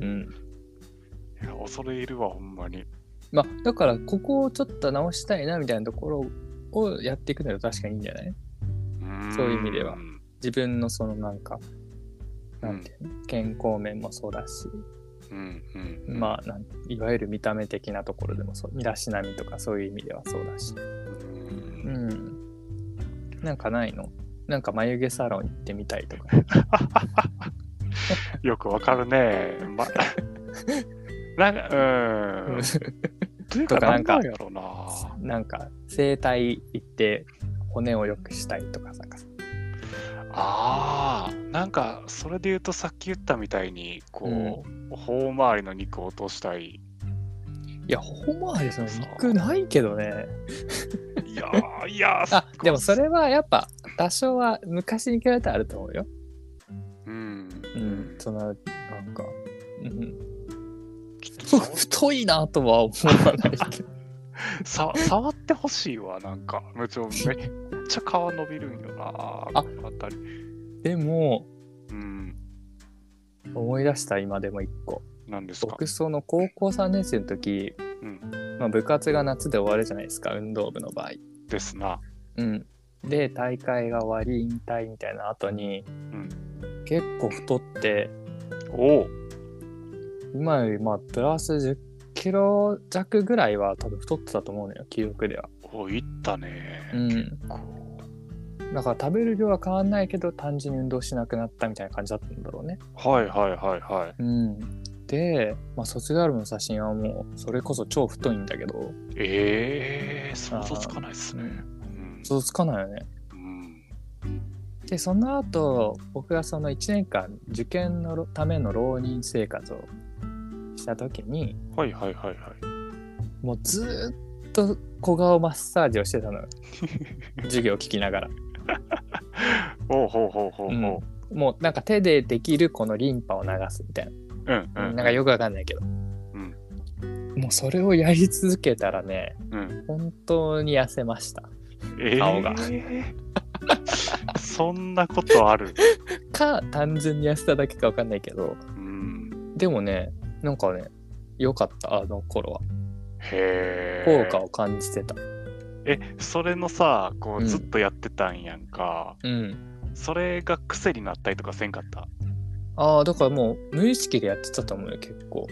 [SPEAKER 1] うん
[SPEAKER 2] いや恐れいるわほんまに
[SPEAKER 1] まあだからここをちょっと直したいなみたいなところをやっていくのは確かにいいんじゃないそういう意味では
[SPEAKER 2] ん
[SPEAKER 1] 自分のそのなんか
[SPEAKER 2] うん
[SPEAKER 1] なんていうの健康面もそうだし、
[SPEAKER 2] うんうん
[SPEAKER 1] まあなんいわゆる見た目的なところでもそう身だしなみとかそういう意味ではそうだし
[SPEAKER 2] うん
[SPEAKER 1] うんなんかないのなんか眉毛サロン行ってみたいとか
[SPEAKER 2] よくわかるね。 ま、なんか、うん。というか、
[SPEAKER 1] とかな
[SPEAKER 2] なんん
[SPEAKER 1] か
[SPEAKER 2] なんやろうな。
[SPEAKER 1] なんか整体行って骨を良くしたいとかさ
[SPEAKER 2] ああ、なんか、それで言うと、さっき言ったみたいに、こう、頬周りの肉を落としたい。
[SPEAKER 1] いやほんまりその肉ないけどね
[SPEAKER 2] いや ー、いやー、すっ
[SPEAKER 1] あ
[SPEAKER 2] ごい
[SPEAKER 1] でもそれはやっぱ多少は昔に比べたらあると思うよ。
[SPEAKER 2] うん。
[SPEAKER 1] う
[SPEAKER 2] うんん、。
[SPEAKER 1] そのなんか、うん、
[SPEAKER 2] きっと
[SPEAKER 1] ふ
[SPEAKER 2] 触
[SPEAKER 1] 太いなとは思わないけど。
[SPEAKER 2] さ触ってほしいわ、なんか。めっちゃ、めっちゃ皮伸びるんよな。あたり。
[SPEAKER 1] でも
[SPEAKER 2] うん。
[SPEAKER 1] 思い出した今でも一個。
[SPEAKER 2] なんですか。
[SPEAKER 1] 僕その高校3年生の時、
[SPEAKER 2] うん。
[SPEAKER 1] まあ、部活が夏で終わるじゃないですか運動部の場合。
[SPEAKER 2] ですな。
[SPEAKER 1] うん、で大会が終わり引退みたいな後に、結構太って
[SPEAKER 2] おお。
[SPEAKER 1] 今よりまあプラス1 0キロ弱ぐらいは多分太ってたと思うのよ記憶では。
[SPEAKER 2] おいったね。
[SPEAKER 1] うん
[SPEAKER 2] こ
[SPEAKER 1] だから食べる量は変わんないけど単純に運動しなくなったみたいな感じだったんだろうね。
[SPEAKER 2] うはいはいはいはい。
[SPEAKER 1] うん、で、まあ、卒業アルバムの写真はもうそれこそ超太いんだけど
[SPEAKER 2] ええ想像つかないっすね。うん
[SPEAKER 1] 想像つかないよね。
[SPEAKER 2] うん
[SPEAKER 1] でその後僕がその1年間受験のろための浪人生活をした時に
[SPEAKER 2] はいはいはいはい。
[SPEAKER 1] もうずーっと小顔マッサージをしてた のよ授業を聞きながら。
[SPEAKER 2] ほうほうほうほうほう。
[SPEAKER 1] う
[SPEAKER 2] うんん
[SPEAKER 1] もうなんか手でできるこのリンパを流すみたいな。
[SPEAKER 2] うん
[SPEAKER 1] なんかよくわかんないけど、
[SPEAKER 2] ん
[SPEAKER 1] もうそれをやり続けたらね
[SPEAKER 2] うん
[SPEAKER 1] 本当に痩せました
[SPEAKER 2] ええ
[SPEAKER 1] 顔が
[SPEAKER 2] そんなことある。
[SPEAKER 1] か単純に痩せただけかわかんないけど
[SPEAKER 2] うん、
[SPEAKER 1] でもねなんかね良かったあの頃は
[SPEAKER 2] へ
[SPEAKER 1] 効
[SPEAKER 2] え。
[SPEAKER 1] 果を感じてた、
[SPEAKER 2] えそれのさこ
[SPEAKER 1] うん
[SPEAKER 2] うずっとやってたんやんか、
[SPEAKER 1] うん
[SPEAKER 2] それが癖になったりとかせんかった
[SPEAKER 1] ああだからもう無意識でやってたと思うよ結構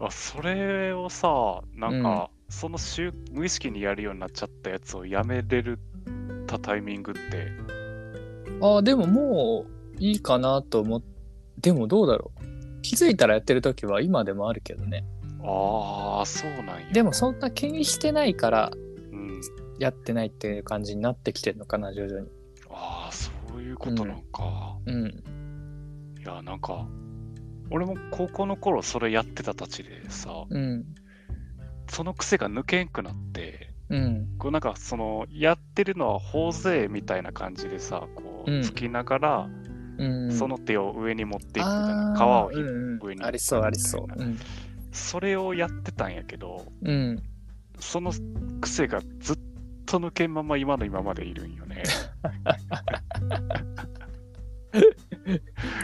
[SPEAKER 2] あそれをさなんか、その習無意識にやるようになっちゃったやつをやめれるたタイミングって
[SPEAKER 1] ああでももういいかなと思ってでもどうだろう気づいたらやってる時は今でもあるけどね
[SPEAKER 2] ああそうなんや
[SPEAKER 1] でもそんな気にしてないから
[SPEAKER 2] うん、
[SPEAKER 1] やってないっていう感じになってきてるのかな徐々に
[SPEAKER 2] ああそういうことなんか、
[SPEAKER 1] うん
[SPEAKER 2] いやなんか俺も高校の頃それやってたたちでさ
[SPEAKER 1] うん
[SPEAKER 2] その癖が抜けんくなって
[SPEAKER 1] うん
[SPEAKER 2] こうなんかそのやってるのは法税みたいな感じでさこう
[SPEAKER 1] うん
[SPEAKER 2] つきながら、
[SPEAKER 1] うん
[SPEAKER 2] その手を上に持っていくみたい
[SPEAKER 1] あ
[SPEAKER 2] な
[SPEAKER 1] ー
[SPEAKER 2] 皮を
[SPEAKER 1] う
[SPEAKER 2] 引く、
[SPEAKER 1] んうん
[SPEAKER 2] 上に
[SPEAKER 1] ありそうありそううん、
[SPEAKER 2] それをやってたんやけど
[SPEAKER 1] うん、
[SPEAKER 2] その癖がずっと抜けんまま今の今までいるんよ ね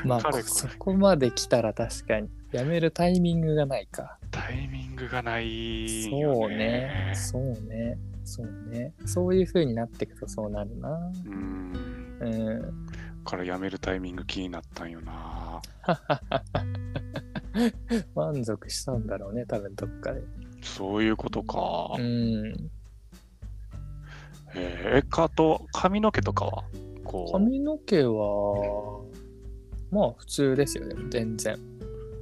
[SPEAKER 1] まあ
[SPEAKER 2] かれこれ
[SPEAKER 1] そこまで来たら確かにやめるタイミングがないか
[SPEAKER 2] タイミングがない
[SPEAKER 1] そ
[SPEAKER 2] よ
[SPEAKER 1] うね
[SPEAKER 2] ね
[SPEAKER 1] そうねそうねそういう風になってくとそうなるな
[SPEAKER 2] うん
[SPEAKER 1] うん
[SPEAKER 2] からやめるタイミング気になったんよな
[SPEAKER 1] 満足したんだろうね多分どっかで
[SPEAKER 2] そういうことか、
[SPEAKER 1] うん
[SPEAKER 2] えー、かと髪の毛とかはこう
[SPEAKER 1] 髪の毛はまあ普通ですよね全然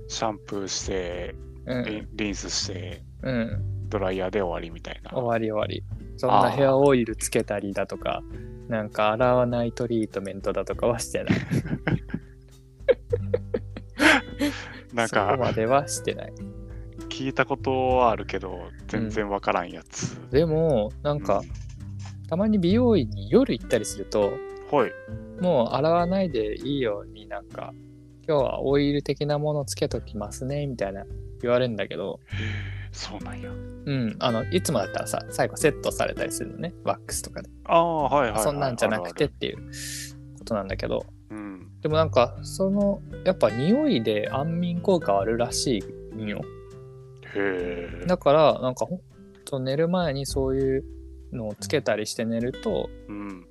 [SPEAKER 2] シャンプーして
[SPEAKER 1] う
[SPEAKER 2] リ
[SPEAKER 1] ん
[SPEAKER 2] ンリンスして
[SPEAKER 1] うん
[SPEAKER 2] ドライヤーで終わりみたいな
[SPEAKER 1] 終わり終わりそんなヘアオイルつけたりだとかなんか洗わないトリートメントだとかはしてない
[SPEAKER 2] なん
[SPEAKER 1] そこ
[SPEAKER 2] か
[SPEAKER 1] まではしてない
[SPEAKER 2] 聞いたことはあるけど全然わからんやつ、
[SPEAKER 1] でもなんかたまに美容院に夜行ったりすると
[SPEAKER 2] うんはい
[SPEAKER 1] もう洗わないでいいようになんか今日はオイル的なものつけときますねみたいな言われるんだけど
[SPEAKER 2] そうなんや
[SPEAKER 1] うんあのいつもだったらさ最後セットされたりするのねワックスとかで
[SPEAKER 2] ああはいはい、はい、
[SPEAKER 1] そんなんじゃなくて
[SPEAKER 2] あ
[SPEAKER 1] っ
[SPEAKER 2] る
[SPEAKER 1] ていうことなんだけど
[SPEAKER 2] あるうん
[SPEAKER 1] でもなんかそのやっぱ匂いで安眠効果はあるらしいんよ
[SPEAKER 2] へえ
[SPEAKER 1] だからなんかほんと寝る前にそういうのをつけたりして寝ると
[SPEAKER 2] うん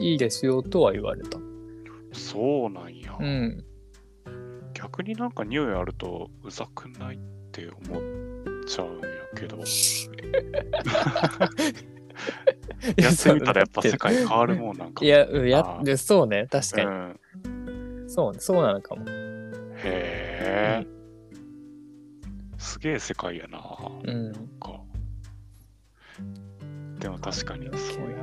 [SPEAKER 1] いいですよとは言われた
[SPEAKER 2] そうなんや、
[SPEAKER 1] うん
[SPEAKER 2] 逆になんか匂いあるとうざくないって思っちゃうんやけどやってみたらやっぱ世界変わるもんなんか
[SPEAKER 1] いやうんや
[SPEAKER 2] あー
[SPEAKER 1] でそうね確
[SPEAKER 2] う
[SPEAKER 1] かに、
[SPEAKER 2] ん
[SPEAKER 1] そうそうなのかも
[SPEAKER 2] へえ、すげえ世界やな
[SPEAKER 1] うん
[SPEAKER 2] かでも確かにそういう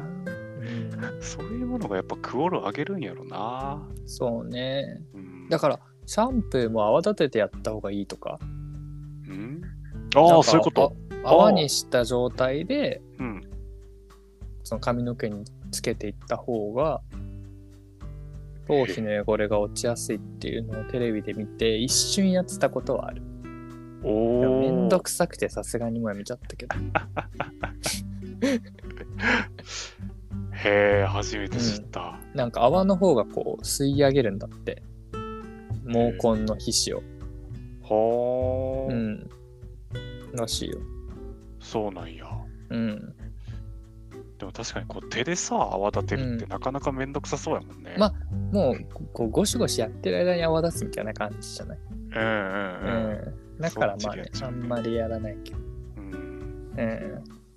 [SPEAKER 1] うん
[SPEAKER 2] そういうものがやっぱクオル上げるんやろな、
[SPEAKER 1] そうね
[SPEAKER 2] うん、
[SPEAKER 1] だ
[SPEAKER 2] ら
[SPEAKER 1] からシャンプーも泡立ててやった方がいいとか
[SPEAKER 2] うん
[SPEAKER 1] な
[SPEAKER 2] あ
[SPEAKER 1] ん
[SPEAKER 2] あ
[SPEAKER 1] か
[SPEAKER 2] そういうこと
[SPEAKER 1] あ泡にした状態で
[SPEAKER 2] うん
[SPEAKER 1] その髪の毛につけていった方が頭皮の汚れが落ちやすいっていうのをテレビで見て一瞬やってたことはあるでも
[SPEAKER 2] おお
[SPEAKER 1] めんどくさくてさすがにもうやめちゃったけど
[SPEAKER 2] へえ初めて知った、
[SPEAKER 1] なんか泡の方がこう吸い上げるんだって毛根の皮脂を
[SPEAKER 2] ほ
[SPEAKER 1] う
[SPEAKER 2] ー
[SPEAKER 1] んらしいよ
[SPEAKER 2] そうなんや
[SPEAKER 1] うん
[SPEAKER 2] でも確かにこう手でさ泡立てるって
[SPEAKER 1] う
[SPEAKER 2] なかなかめんどくさそうやもんね、
[SPEAKER 1] まあもうこうゴシゴシやってる間に泡立つみたいな感じじゃない、
[SPEAKER 2] うん
[SPEAKER 1] う
[SPEAKER 2] うんうん、
[SPEAKER 1] ん、だからまあねあんまりやらないけど
[SPEAKER 2] うん
[SPEAKER 1] う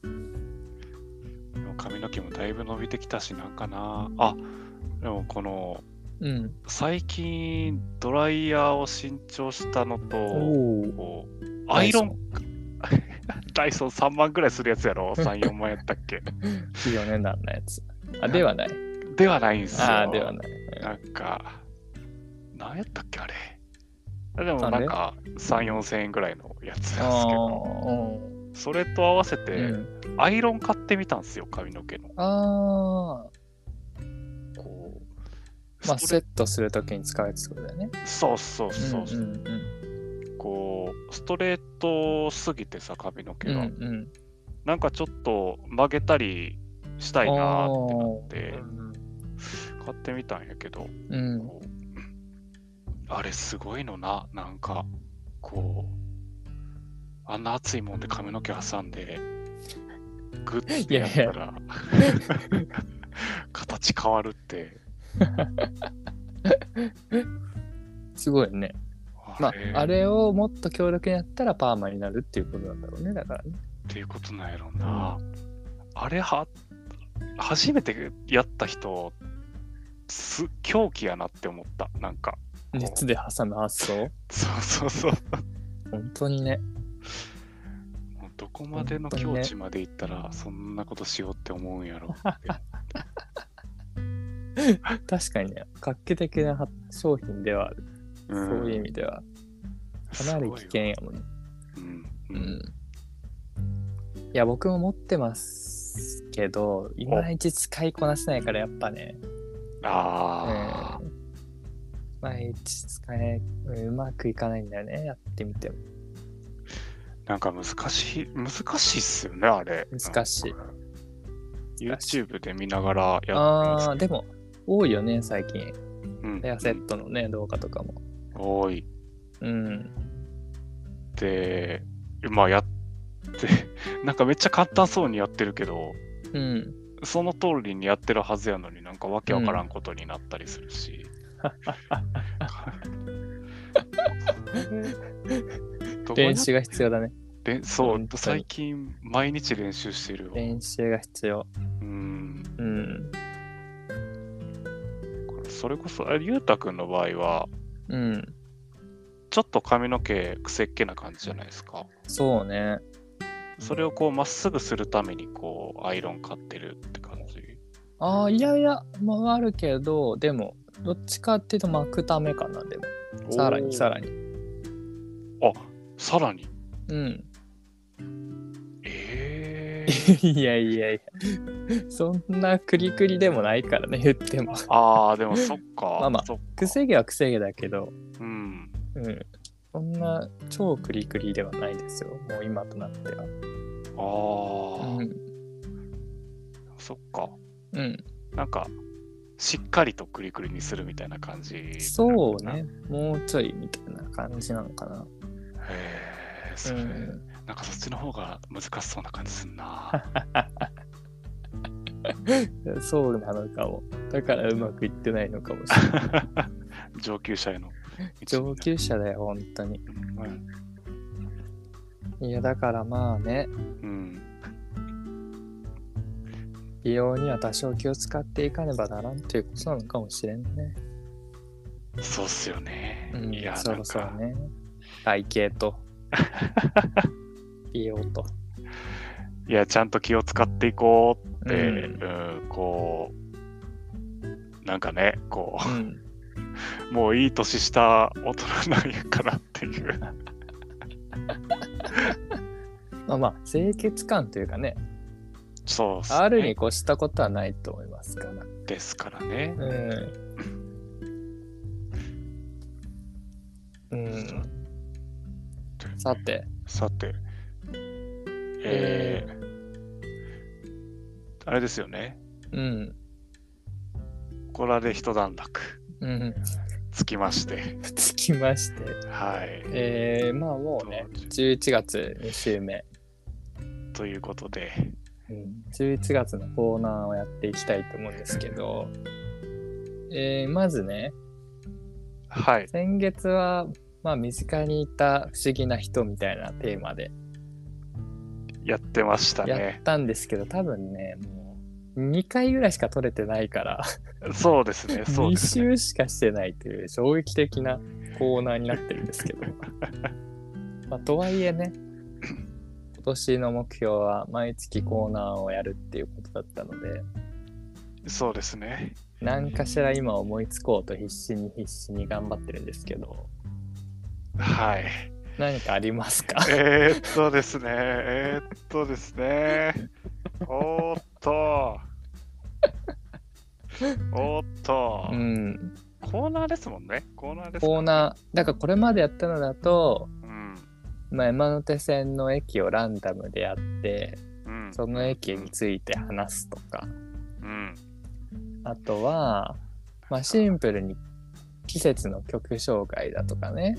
[SPEAKER 1] ん
[SPEAKER 2] でも髪の毛もだいぶ伸びてきたしなんかなあでもこの
[SPEAKER 1] うん
[SPEAKER 2] 最近ドライヤーを新調したのと
[SPEAKER 1] おお
[SPEAKER 2] こうアイロン ダイソン3万ぐらいするやつやろ34万やったっけ
[SPEAKER 1] 4年段のやつあではない
[SPEAKER 2] ではないんですよ
[SPEAKER 1] ああではない。
[SPEAKER 2] なんか何やったっけあれでもなんか34千円ぐらいのやつなんですけど
[SPEAKER 1] うん
[SPEAKER 2] それと合わせて、
[SPEAKER 1] うん
[SPEAKER 2] アイロン買ってみたんですよ髪の毛の
[SPEAKER 1] あ
[SPEAKER 2] こう
[SPEAKER 1] ー、まあ、
[SPEAKER 2] スト
[SPEAKER 1] セ
[SPEAKER 2] レ
[SPEAKER 1] ットするときに使うってことだよね。
[SPEAKER 2] そうそうそう、
[SPEAKER 1] うんうんうん
[SPEAKER 2] こうストレートすぎてさ髪の毛
[SPEAKER 1] うん
[SPEAKER 2] が、
[SPEAKER 1] うん
[SPEAKER 2] なんかちょっと曲げたりしたいなーってなって買ってみたんやけど、
[SPEAKER 1] うん
[SPEAKER 2] こうあれすごいのななんかこうあんな熱いもんで髪の毛挟んでグッてやったら 形変わるって
[SPEAKER 1] すごいね。まあ、あれをもっと強力にやったらパーマになるっていうことなんだろうね、だからね。
[SPEAKER 2] っていうことなんやろな。あれは、初めてやった人、す狂気やなって思った、なんか。
[SPEAKER 1] 熱で挟む発想。
[SPEAKER 2] そうそうそう。
[SPEAKER 1] 本当にね。
[SPEAKER 2] もうどこまでの境地までいったら、そんなことしようって思うんやろって。
[SPEAKER 1] 確かにね、画期的な発商品ではある。
[SPEAKER 2] ん
[SPEAKER 1] そういう意味では。かなり危険やもんね。
[SPEAKER 2] すごいわうん
[SPEAKER 1] う
[SPEAKER 2] うん
[SPEAKER 1] ん。いや、僕も持ってますけど、いまいち使いこなせないから、やっぱね。
[SPEAKER 2] ああ、
[SPEAKER 1] うん毎日使えうんうまくいかないんだよねやってみても
[SPEAKER 2] なんか難しい、難しいっすよね、あれ。
[SPEAKER 1] 難しい
[SPEAKER 2] なんか
[SPEAKER 1] 難し
[SPEAKER 2] YouTube で見ながらやってます
[SPEAKER 1] あーでも多いよね最近
[SPEAKER 2] うん
[SPEAKER 1] ヘアセットのね動画とかも
[SPEAKER 2] 多い。
[SPEAKER 1] うん
[SPEAKER 2] で、まあやって、 なんかめっちゃ簡単そうにやってるけど、
[SPEAKER 1] うん
[SPEAKER 2] その通りにやってるはずやのになんかわけわからんことになったりするし。どうや
[SPEAKER 1] 練習が必要だね
[SPEAKER 2] れんそ
[SPEAKER 1] 本
[SPEAKER 2] う
[SPEAKER 1] 当、に
[SPEAKER 2] 最近毎日練習してるよ。
[SPEAKER 1] 練習が必要
[SPEAKER 2] うん。
[SPEAKER 1] うん
[SPEAKER 2] それこそ、あれゆうたくんの場合は、
[SPEAKER 1] うん
[SPEAKER 2] ちょっと髪の毛くせっけな感じじゃないですか。
[SPEAKER 1] そうね
[SPEAKER 2] それをこうまっすぐするためにこうアイロン買ってるって感じ。
[SPEAKER 1] ああいやいやまああるけどでもどっちかっていうと巻くためかなでもさらにさら
[SPEAKER 2] に。
[SPEAKER 1] に
[SPEAKER 2] あさらに。
[SPEAKER 1] うん
[SPEAKER 2] ええ
[SPEAKER 1] いやいやいやそんなクリクリでもないからね言っても
[SPEAKER 2] ああ、でもそっか。
[SPEAKER 1] まあまあ
[SPEAKER 2] そっか
[SPEAKER 1] 癖毛は癖毛だけど
[SPEAKER 2] うん。
[SPEAKER 1] うん、そんな超クリクリではないですよ、もう今となっては。
[SPEAKER 2] ああ、
[SPEAKER 1] うん、
[SPEAKER 2] そっか。
[SPEAKER 1] うん、
[SPEAKER 2] なんか、しっかりとクリクリにするみたいな感じなのかな。
[SPEAKER 1] そうね、もうちょいみたいな感じなのかな。
[SPEAKER 2] へえ、
[SPEAKER 1] う
[SPEAKER 2] それ、
[SPEAKER 1] ん、
[SPEAKER 2] なんかそっちの方が難しそうな感じす んな。
[SPEAKER 1] そうなのかも。だからうまくいってないのかもしれ ない。
[SPEAKER 2] 上級者への道
[SPEAKER 1] 上級者だよ、本当に。
[SPEAKER 2] うん
[SPEAKER 1] いや、だからまあね、
[SPEAKER 2] うん。
[SPEAKER 1] 美容には多少気を使っていかねばならんということなのかもしれんね。
[SPEAKER 2] そうっすよね。
[SPEAKER 1] うん、
[SPEAKER 2] いや、
[SPEAKER 1] そ
[SPEAKER 2] なん
[SPEAKER 1] ろそろ
[SPEAKER 2] か、
[SPEAKER 1] ね。体型 と、美容と。
[SPEAKER 2] いや、ちゃんと気を使っていこうって、
[SPEAKER 1] うん
[SPEAKER 2] うんこう、なんかね、こ
[SPEAKER 1] うん、
[SPEAKER 2] う、もういい年した大人なんやからっていう。
[SPEAKER 1] まあまあ、清潔感というかね、
[SPEAKER 2] そうっすね。
[SPEAKER 1] あるに越したことはないと思いますから。
[SPEAKER 2] ですからね。
[SPEAKER 1] うん。うん。さて、
[SPEAKER 2] さて、えーあれですよね。
[SPEAKER 1] うん。
[SPEAKER 2] これで一段落
[SPEAKER 1] うん。
[SPEAKER 2] つきまして、
[SPEAKER 1] つきまして、
[SPEAKER 2] はい。
[SPEAKER 1] えー、まあもうね、11月2週目、
[SPEAKER 2] ということで、
[SPEAKER 1] うん、11月のコーナーをやっていきたいと思うんですけど、えー、まずね、
[SPEAKER 2] はい。
[SPEAKER 1] 先月は、まあ、身近にいた不思議な人みたいなテーマで
[SPEAKER 2] やってました
[SPEAKER 1] や
[SPEAKER 2] ね
[SPEAKER 1] っ。たんですけど、多分ね、もう2回ぐらいしか撮れてないから、
[SPEAKER 2] そうですね、そう
[SPEAKER 1] 2
[SPEAKER 2] です
[SPEAKER 1] 週
[SPEAKER 2] ね。
[SPEAKER 1] しかしてないという衝撃的なコーナーになってるんです けど、まあ、とはいえね今年の目標は毎月コーナーをやるっていうことだったので
[SPEAKER 2] そうですね。
[SPEAKER 1] 何かしら今思いつこうと必死に必死に頑張ってるんですけど
[SPEAKER 2] はい。
[SPEAKER 1] 何かありますか
[SPEAKER 2] えー、っとですね、えー、っとですね、おーっと、おーっと、
[SPEAKER 1] うん
[SPEAKER 2] コーナーですもんね、コーナーです
[SPEAKER 1] コーナーだからこれまでやったのだと、
[SPEAKER 2] ー、うん、
[SPEAKER 1] まあ、山手線の駅をランダムでやって
[SPEAKER 2] うん、
[SPEAKER 1] その駅について話すとか
[SPEAKER 2] うん、
[SPEAKER 1] あとは、まあ、シンプルに季節の曲紹介だとかね、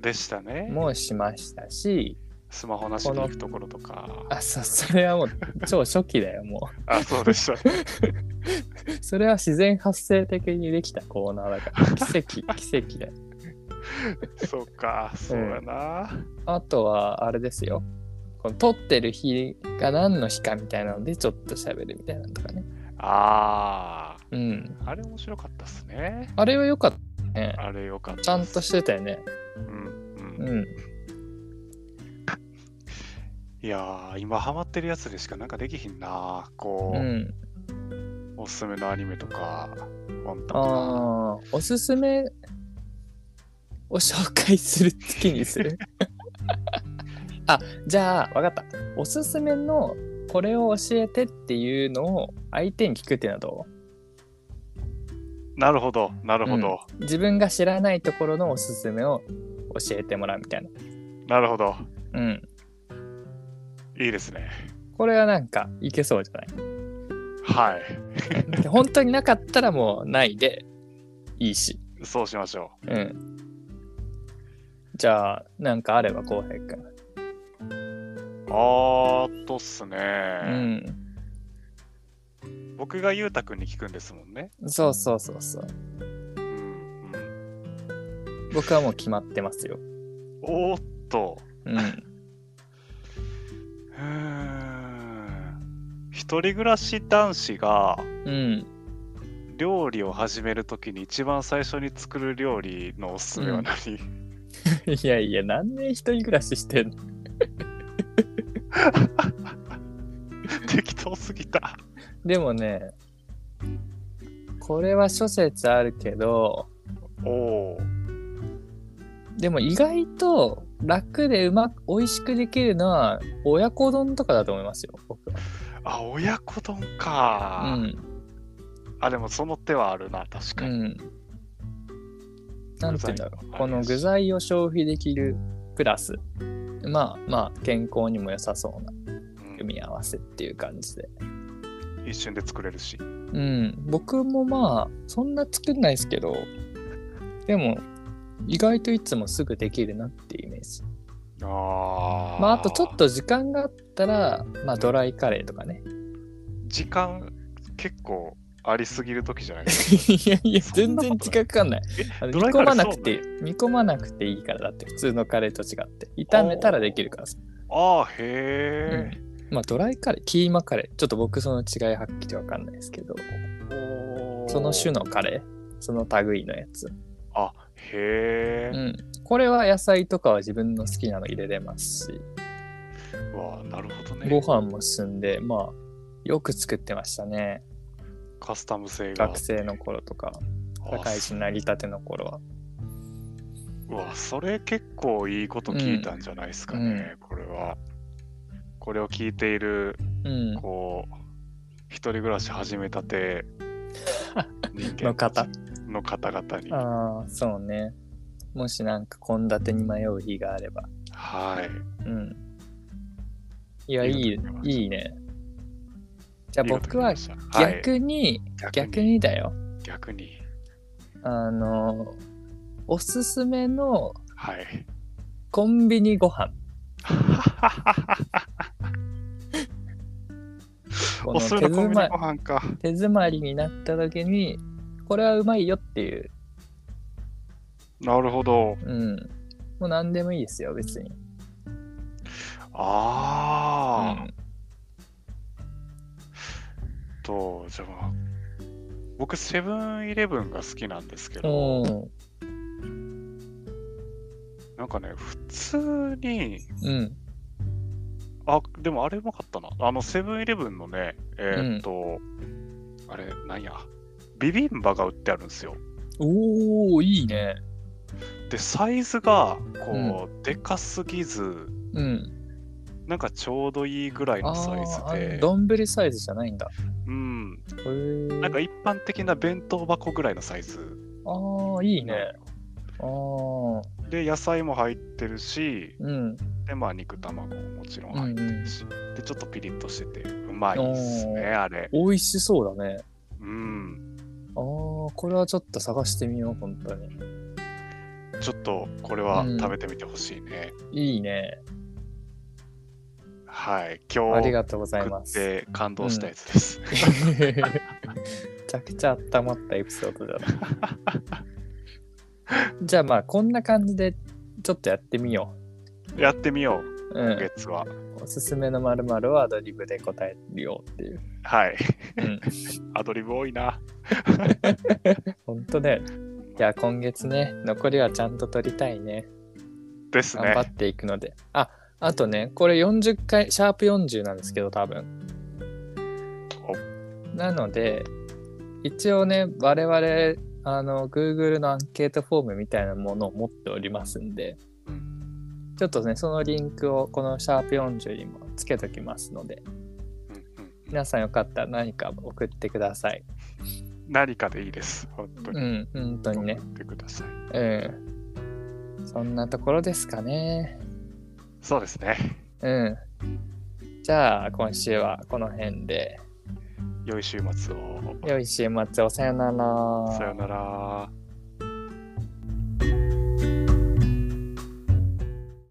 [SPEAKER 2] でしたね、
[SPEAKER 1] もうしましたし、
[SPEAKER 2] スマホなしに行くところとか、
[SPEAKER 1] あ、そ、それはもう超初期だよ、も
[SPEAKER 2] あ、そうでしたね、
[SPEAKER 1] う。それは自然発生的にできたコーナーだから、奇跡、奇跡だよ。
[SPEAKER 2] そうか、そうやな。
[SPEAKER 1] あとはあれですよこの撮ってる日が何の日かみたいなのでちょっと喋るみたいなのとかね
[SPEAKER 2] あ
[SPEAKER 1] うん
[SPEAKER 2] あ、あれ面白かったっすね。
[SPEAKER 1] あれは良かったね
[SPEAKER 2] あれよかった。。
[SPEAKER 1] ちゃんとしててたよね
[SPEAKER 2] うんうん
[SPEAKER 1] うん
[SPEAKER 2] いやー、今ハマってるやつでしかなんかできひんな。こ
[SPEAKER 1] う
[SPEAKER 2] う、
[SPEAKER 1] ん
[SPEAKER 2] おすすめのアニメとか、本とか。
[SPEAKER 1] ああおすすめを紹介する月にする あじゃあ分かったおすすめのこれを教えてっていうのを相手に聞くっていうのはど
[SPEAKER 2] なるほど、なるほど、
[SPEAKER 1] う自分が知らないところのおすすめを教えてもらうみたいな
[SPEAKER 2] なるほど。
[SPEAKER 1] うん
[SPEAKER 2] いいですね。
[SPEAKER 1] これはなんかいけそうじゃない
[SPEAKER 2] はい。
[SPEAKER 1] で本当になかったらもうないでいいし
[SPEAKER 2] そうしましょ
[SPEAKER 1] うんじゃあなんかあれば浩平くん
[SPEAKER 2] う。あーっとっすね。
[SPEAKER 1] うん
[SPEAKER 2] 僕がゆうたくんに聞くんですもんね。
[SPEAKER 1] そうそうそうそう
[SPEAKER 2] うんうん、
[SPEAKER 1] 僕はもう決まってますよ
[SPEAKER 2] おーっと。
[SPEAKER 1] うん
[SPEAKER 2] うーん。一人暮らし男子が
[SPEAKER 1] うん
[SPEAKER 2] 料理を始めるときに一番最初に作る料理のおすすめは何、
[SPEAKER 1] いやいや何年一人暮らししてんの
[SPEAKER 2] 適当すぎた。
[SPEAKER 1] でもねこれは諸説あるけど
[SPEAKER 2] おおー。
[SPEAKER 1] でも意外と楽でうまく美味しくできるのは親子丼とかだと思いますよ僕は
[SPEAKER 2] あ、親子丼か、
[SPEAKER 1] うん
[SPEAKER 2] あ、でもその手はあるな、確
[SPEAKER 1] う
[SPEAKER 2] かに。
[SPEAKER 1] んなんて言うんだろ
[SPEAKER 2] 具材
[SPEAKER 1] う
[SPEAKER 2] も
[SPEAKER 1] この具材を消費できるプラスまあまあ健康にも良さそうな
[SPEAKER 2] うん
[SPEAKER 1] 組み合わせっていう感じで
[SPEAKER 2] 一瞬で作れるし。
[SPEAKER 1] うん僕もまあそんな作んないですけどでも意外といつもすぐできるなっていうイメージ
[SPEAKER 2] ああ。
[SPEAKER 1] まああとちょっ。と時間があったらまあドライカレーとかね
[SPEAKER 2] 時間、結構ありすぎるときじゃ ないですか。
[SPEAKER 1] いやいや
[SPEAKER 2] そ ん
[SPEAKER 1] 全
[SPEAKER 2] なことない
[SPEAKER 1] 然時間かかんないあの
[SPEAKER 2] ド
[SPEAKER 1] 煮
[SPEAKER 2] ライカ
[SPEAKER 1] 込
[SPEAKER 2] レ
[SPEAKER 1] ま
[SPEAKER 2] ー
[SPEAKER 1] なくて煮込まなくていいからだって普通のカレーと違って炒めたらできるからさ
[SPEAKER 2] ああ、へえ。
[SPEAKER 1] まあドライカレーキーマカレーちょっと僕その違いはっきりわかんないですけど
[SPEAKER 2] おー
[SPEAKER 1] その種のカレーその類のやつ
[SPEAKER 2] あへ
[SPEAKER 1] う
[SPEAKER 2] え、
[SPEAKER 1] んこれは野菜とかは自分の好きなの入れれますし
[SPEAKER 2] うわあなるほど
[SPEAKER 1] ご
[SPEAKER 2] ね
[SPEAKER 1] 飯も進んで、まあ、よく作ってましたね。
[SPEAKER 2] カスタム性が
[SPEAKER 1] 学生の頃とか、社会人になりたての頃は。
[SPEAKER 2] うわそれ結構いいこと聞いたんじゃないですかね、これはこれを聞いている
[SPEAKER 1] うん。
[SPEAKER 2] こう一人暮らし始めたて人間
[SPEAKER 1] の方。
[SPEAKER 2] の方々には
[SPEAKER 1] ああ、そうね。もしなんか献立に迷う日があれば。
[SPEAKER 2] い
[SPEAKER 1] うん。いや、い
[SPEAKER 2] いい
[SPEAKER 1] い
[SPEAKER 2] こと言いま、した
[SPEAKER 1] いいね。じゃあ
[SPEAKER 2] いいこと聞
[SPEAKER 1] 僕
[SPEAKER 2] き
[SPEAKER 1] は
[SPEAKER 2] ましたはい
[SPEAKER 1] 逆に、
[SPEAKER 2] 逆
[SPEAKER 1] 逆
[SPEAKER 2] に
[SPEAKER 1] にだよ。
[SPEAKER 2] 逆に
[SPEAKER 1] あの、おすすめの
[SPEAKER 2] はい
[SPEAKER 1] コンビニご飯。こ
[SPEAKER 2] お
[SPEAKER 1] の
[SPEAKER 2] すす
[SPEAKER 1] 手
[SPEAKER 2] めのコ
[SPEAKER 1] 詰
[SPEAKER 2] ンビニ
[SPEAKER 1] ま
[SPEAKER 2] ご飯か
[SPEAKER 1] 手詰まりになった時に、これはうまいよっていう
[SPEAKER 2] なるほど
[SPEAKER 1] うん。もう何でもいいですよ、別に。
[SPEAKER 2] ああ、と、じゃあ、僕、セブンイレブンが好きなんですけ
[SPEAKER 1] う
[SPEAKER 2] ど、
[SPEAKER 1] ん。うん
[SPEAKER 2] なんかね、普通に、
[SPEAKER 1] うん。
[SPEAKER 2] あ、でもあれうまかったな。あの、セブンイレブンのね、えーっと、あれ、なんや、ビビンバが売ってあるんですよ。
[SPEAKER 1] おおいいね。
[SPEAKER 2] で、サイズが、こう、でかすぎず、
[SPEAKER 1] うん。
[SPEAKER 2] なんかちょうどいいぐらい
[SPEAKER 1] あ
[SPEAKER 2] のサイズ
[SPEAKER 1] ーあ
[SPEAKER 2] で、
[SPEAKER 1] 丼サイズじゃないんだ。
[SPEAKER 2] うん、
[SPEAKER 1] へー
[SPEAKER 2] なんか一般的な弁当箱ぐらいのサイズ。
[SPEAKER 1] ああいいね。ああー
[SPEAKER 2] で、野菜も入ってるし、
[SPEAKER 1] うん。
[SPEAKER 2] で、まあ、肉卵ももちろん入ってるし、で、ちょっとピリッとしてて、うまいですね、
[SPEAKER 1] お
[SPEAKER 2] あれ。
[SPEAKER 1] 美味しそうだね。
[SPEAKER 2] うん。
[SPEAKER 1] ああこれはちょっと探してみよう、本当に。
[SPEAKER 2] ちょっと、これは
[SPEAKER 1] うん
[SPEAKER 2] 食べてみてほしいね。
[SPEAKER 1] いいね。
[SPEAKER 2] はい。
[SPEAKER 1] あ
[SPEAKER 2] 今
[SPEAKER 1] り
[SPEAKER 2] 日
[SPEAKER 1] がとうござい
[SPEAKER 2] 食
[SPEAKER 1] ま
[SPEAKER 2] っ
[SPEAKER 1] す。
[SPEAKER 2] て感動したやつです。
[SPEAKER 1] めちゃくちゃ温まったエピソードだな。 じゃあまあこんな感じでちょっとやってみよ
[SPEAKER 2] やってみよう、
[SPEAKER 1] う。うん
[SPEAKER 2] 今。月は。
[SPEAKER 1] おすすめのまるまるをアドリブで答えるよっていう。
[SPEAKER 2] はい。
[SPEAKER 1] うん。
[SPEAKER 2] アドリブ多いな。
[SPEAKER 1] 本当だよね。いや、今月ね、残りはちゃんと取りたいね。
[SPEAKER 2] です
[SPEAKER 1] 頑
[SPEAKER 2] ね
[SPEAKER 1] 張。っていくので。あ、あとね、これ40回、シャープ40なんですけど、多分。なので、一応ね、我々、あの、Google のアンケートフォームみたいなものを持っておりますんで
[SPEAKER 2] う、
[SPEAKER 1] ちょっとね、そのリンクをこのシャープ40にもつけときますので、
[SPEAKER 2] うんうん
[SPEAKER 1] 皆さんよかったら何か送ってください。
[SPEAKER 2] 何かでいいです。本当
[SPEAKER 1] う
[SPEAKER 2] に。
[SPEAKER 1] ん、本当にね。
[SPEAKER 2] 送ってください。
[SPEAKER 1] うん。そんなところですかね。
[SPEAKER 2] そうですね。
[SPEAKER 1] うん。じゃあ、今週はこの辺で。
[SPEAKER 2] 良い週末を。
[SPEAKER 1] 良い週末をさよなら。
[SPEAKER 2] さよなら。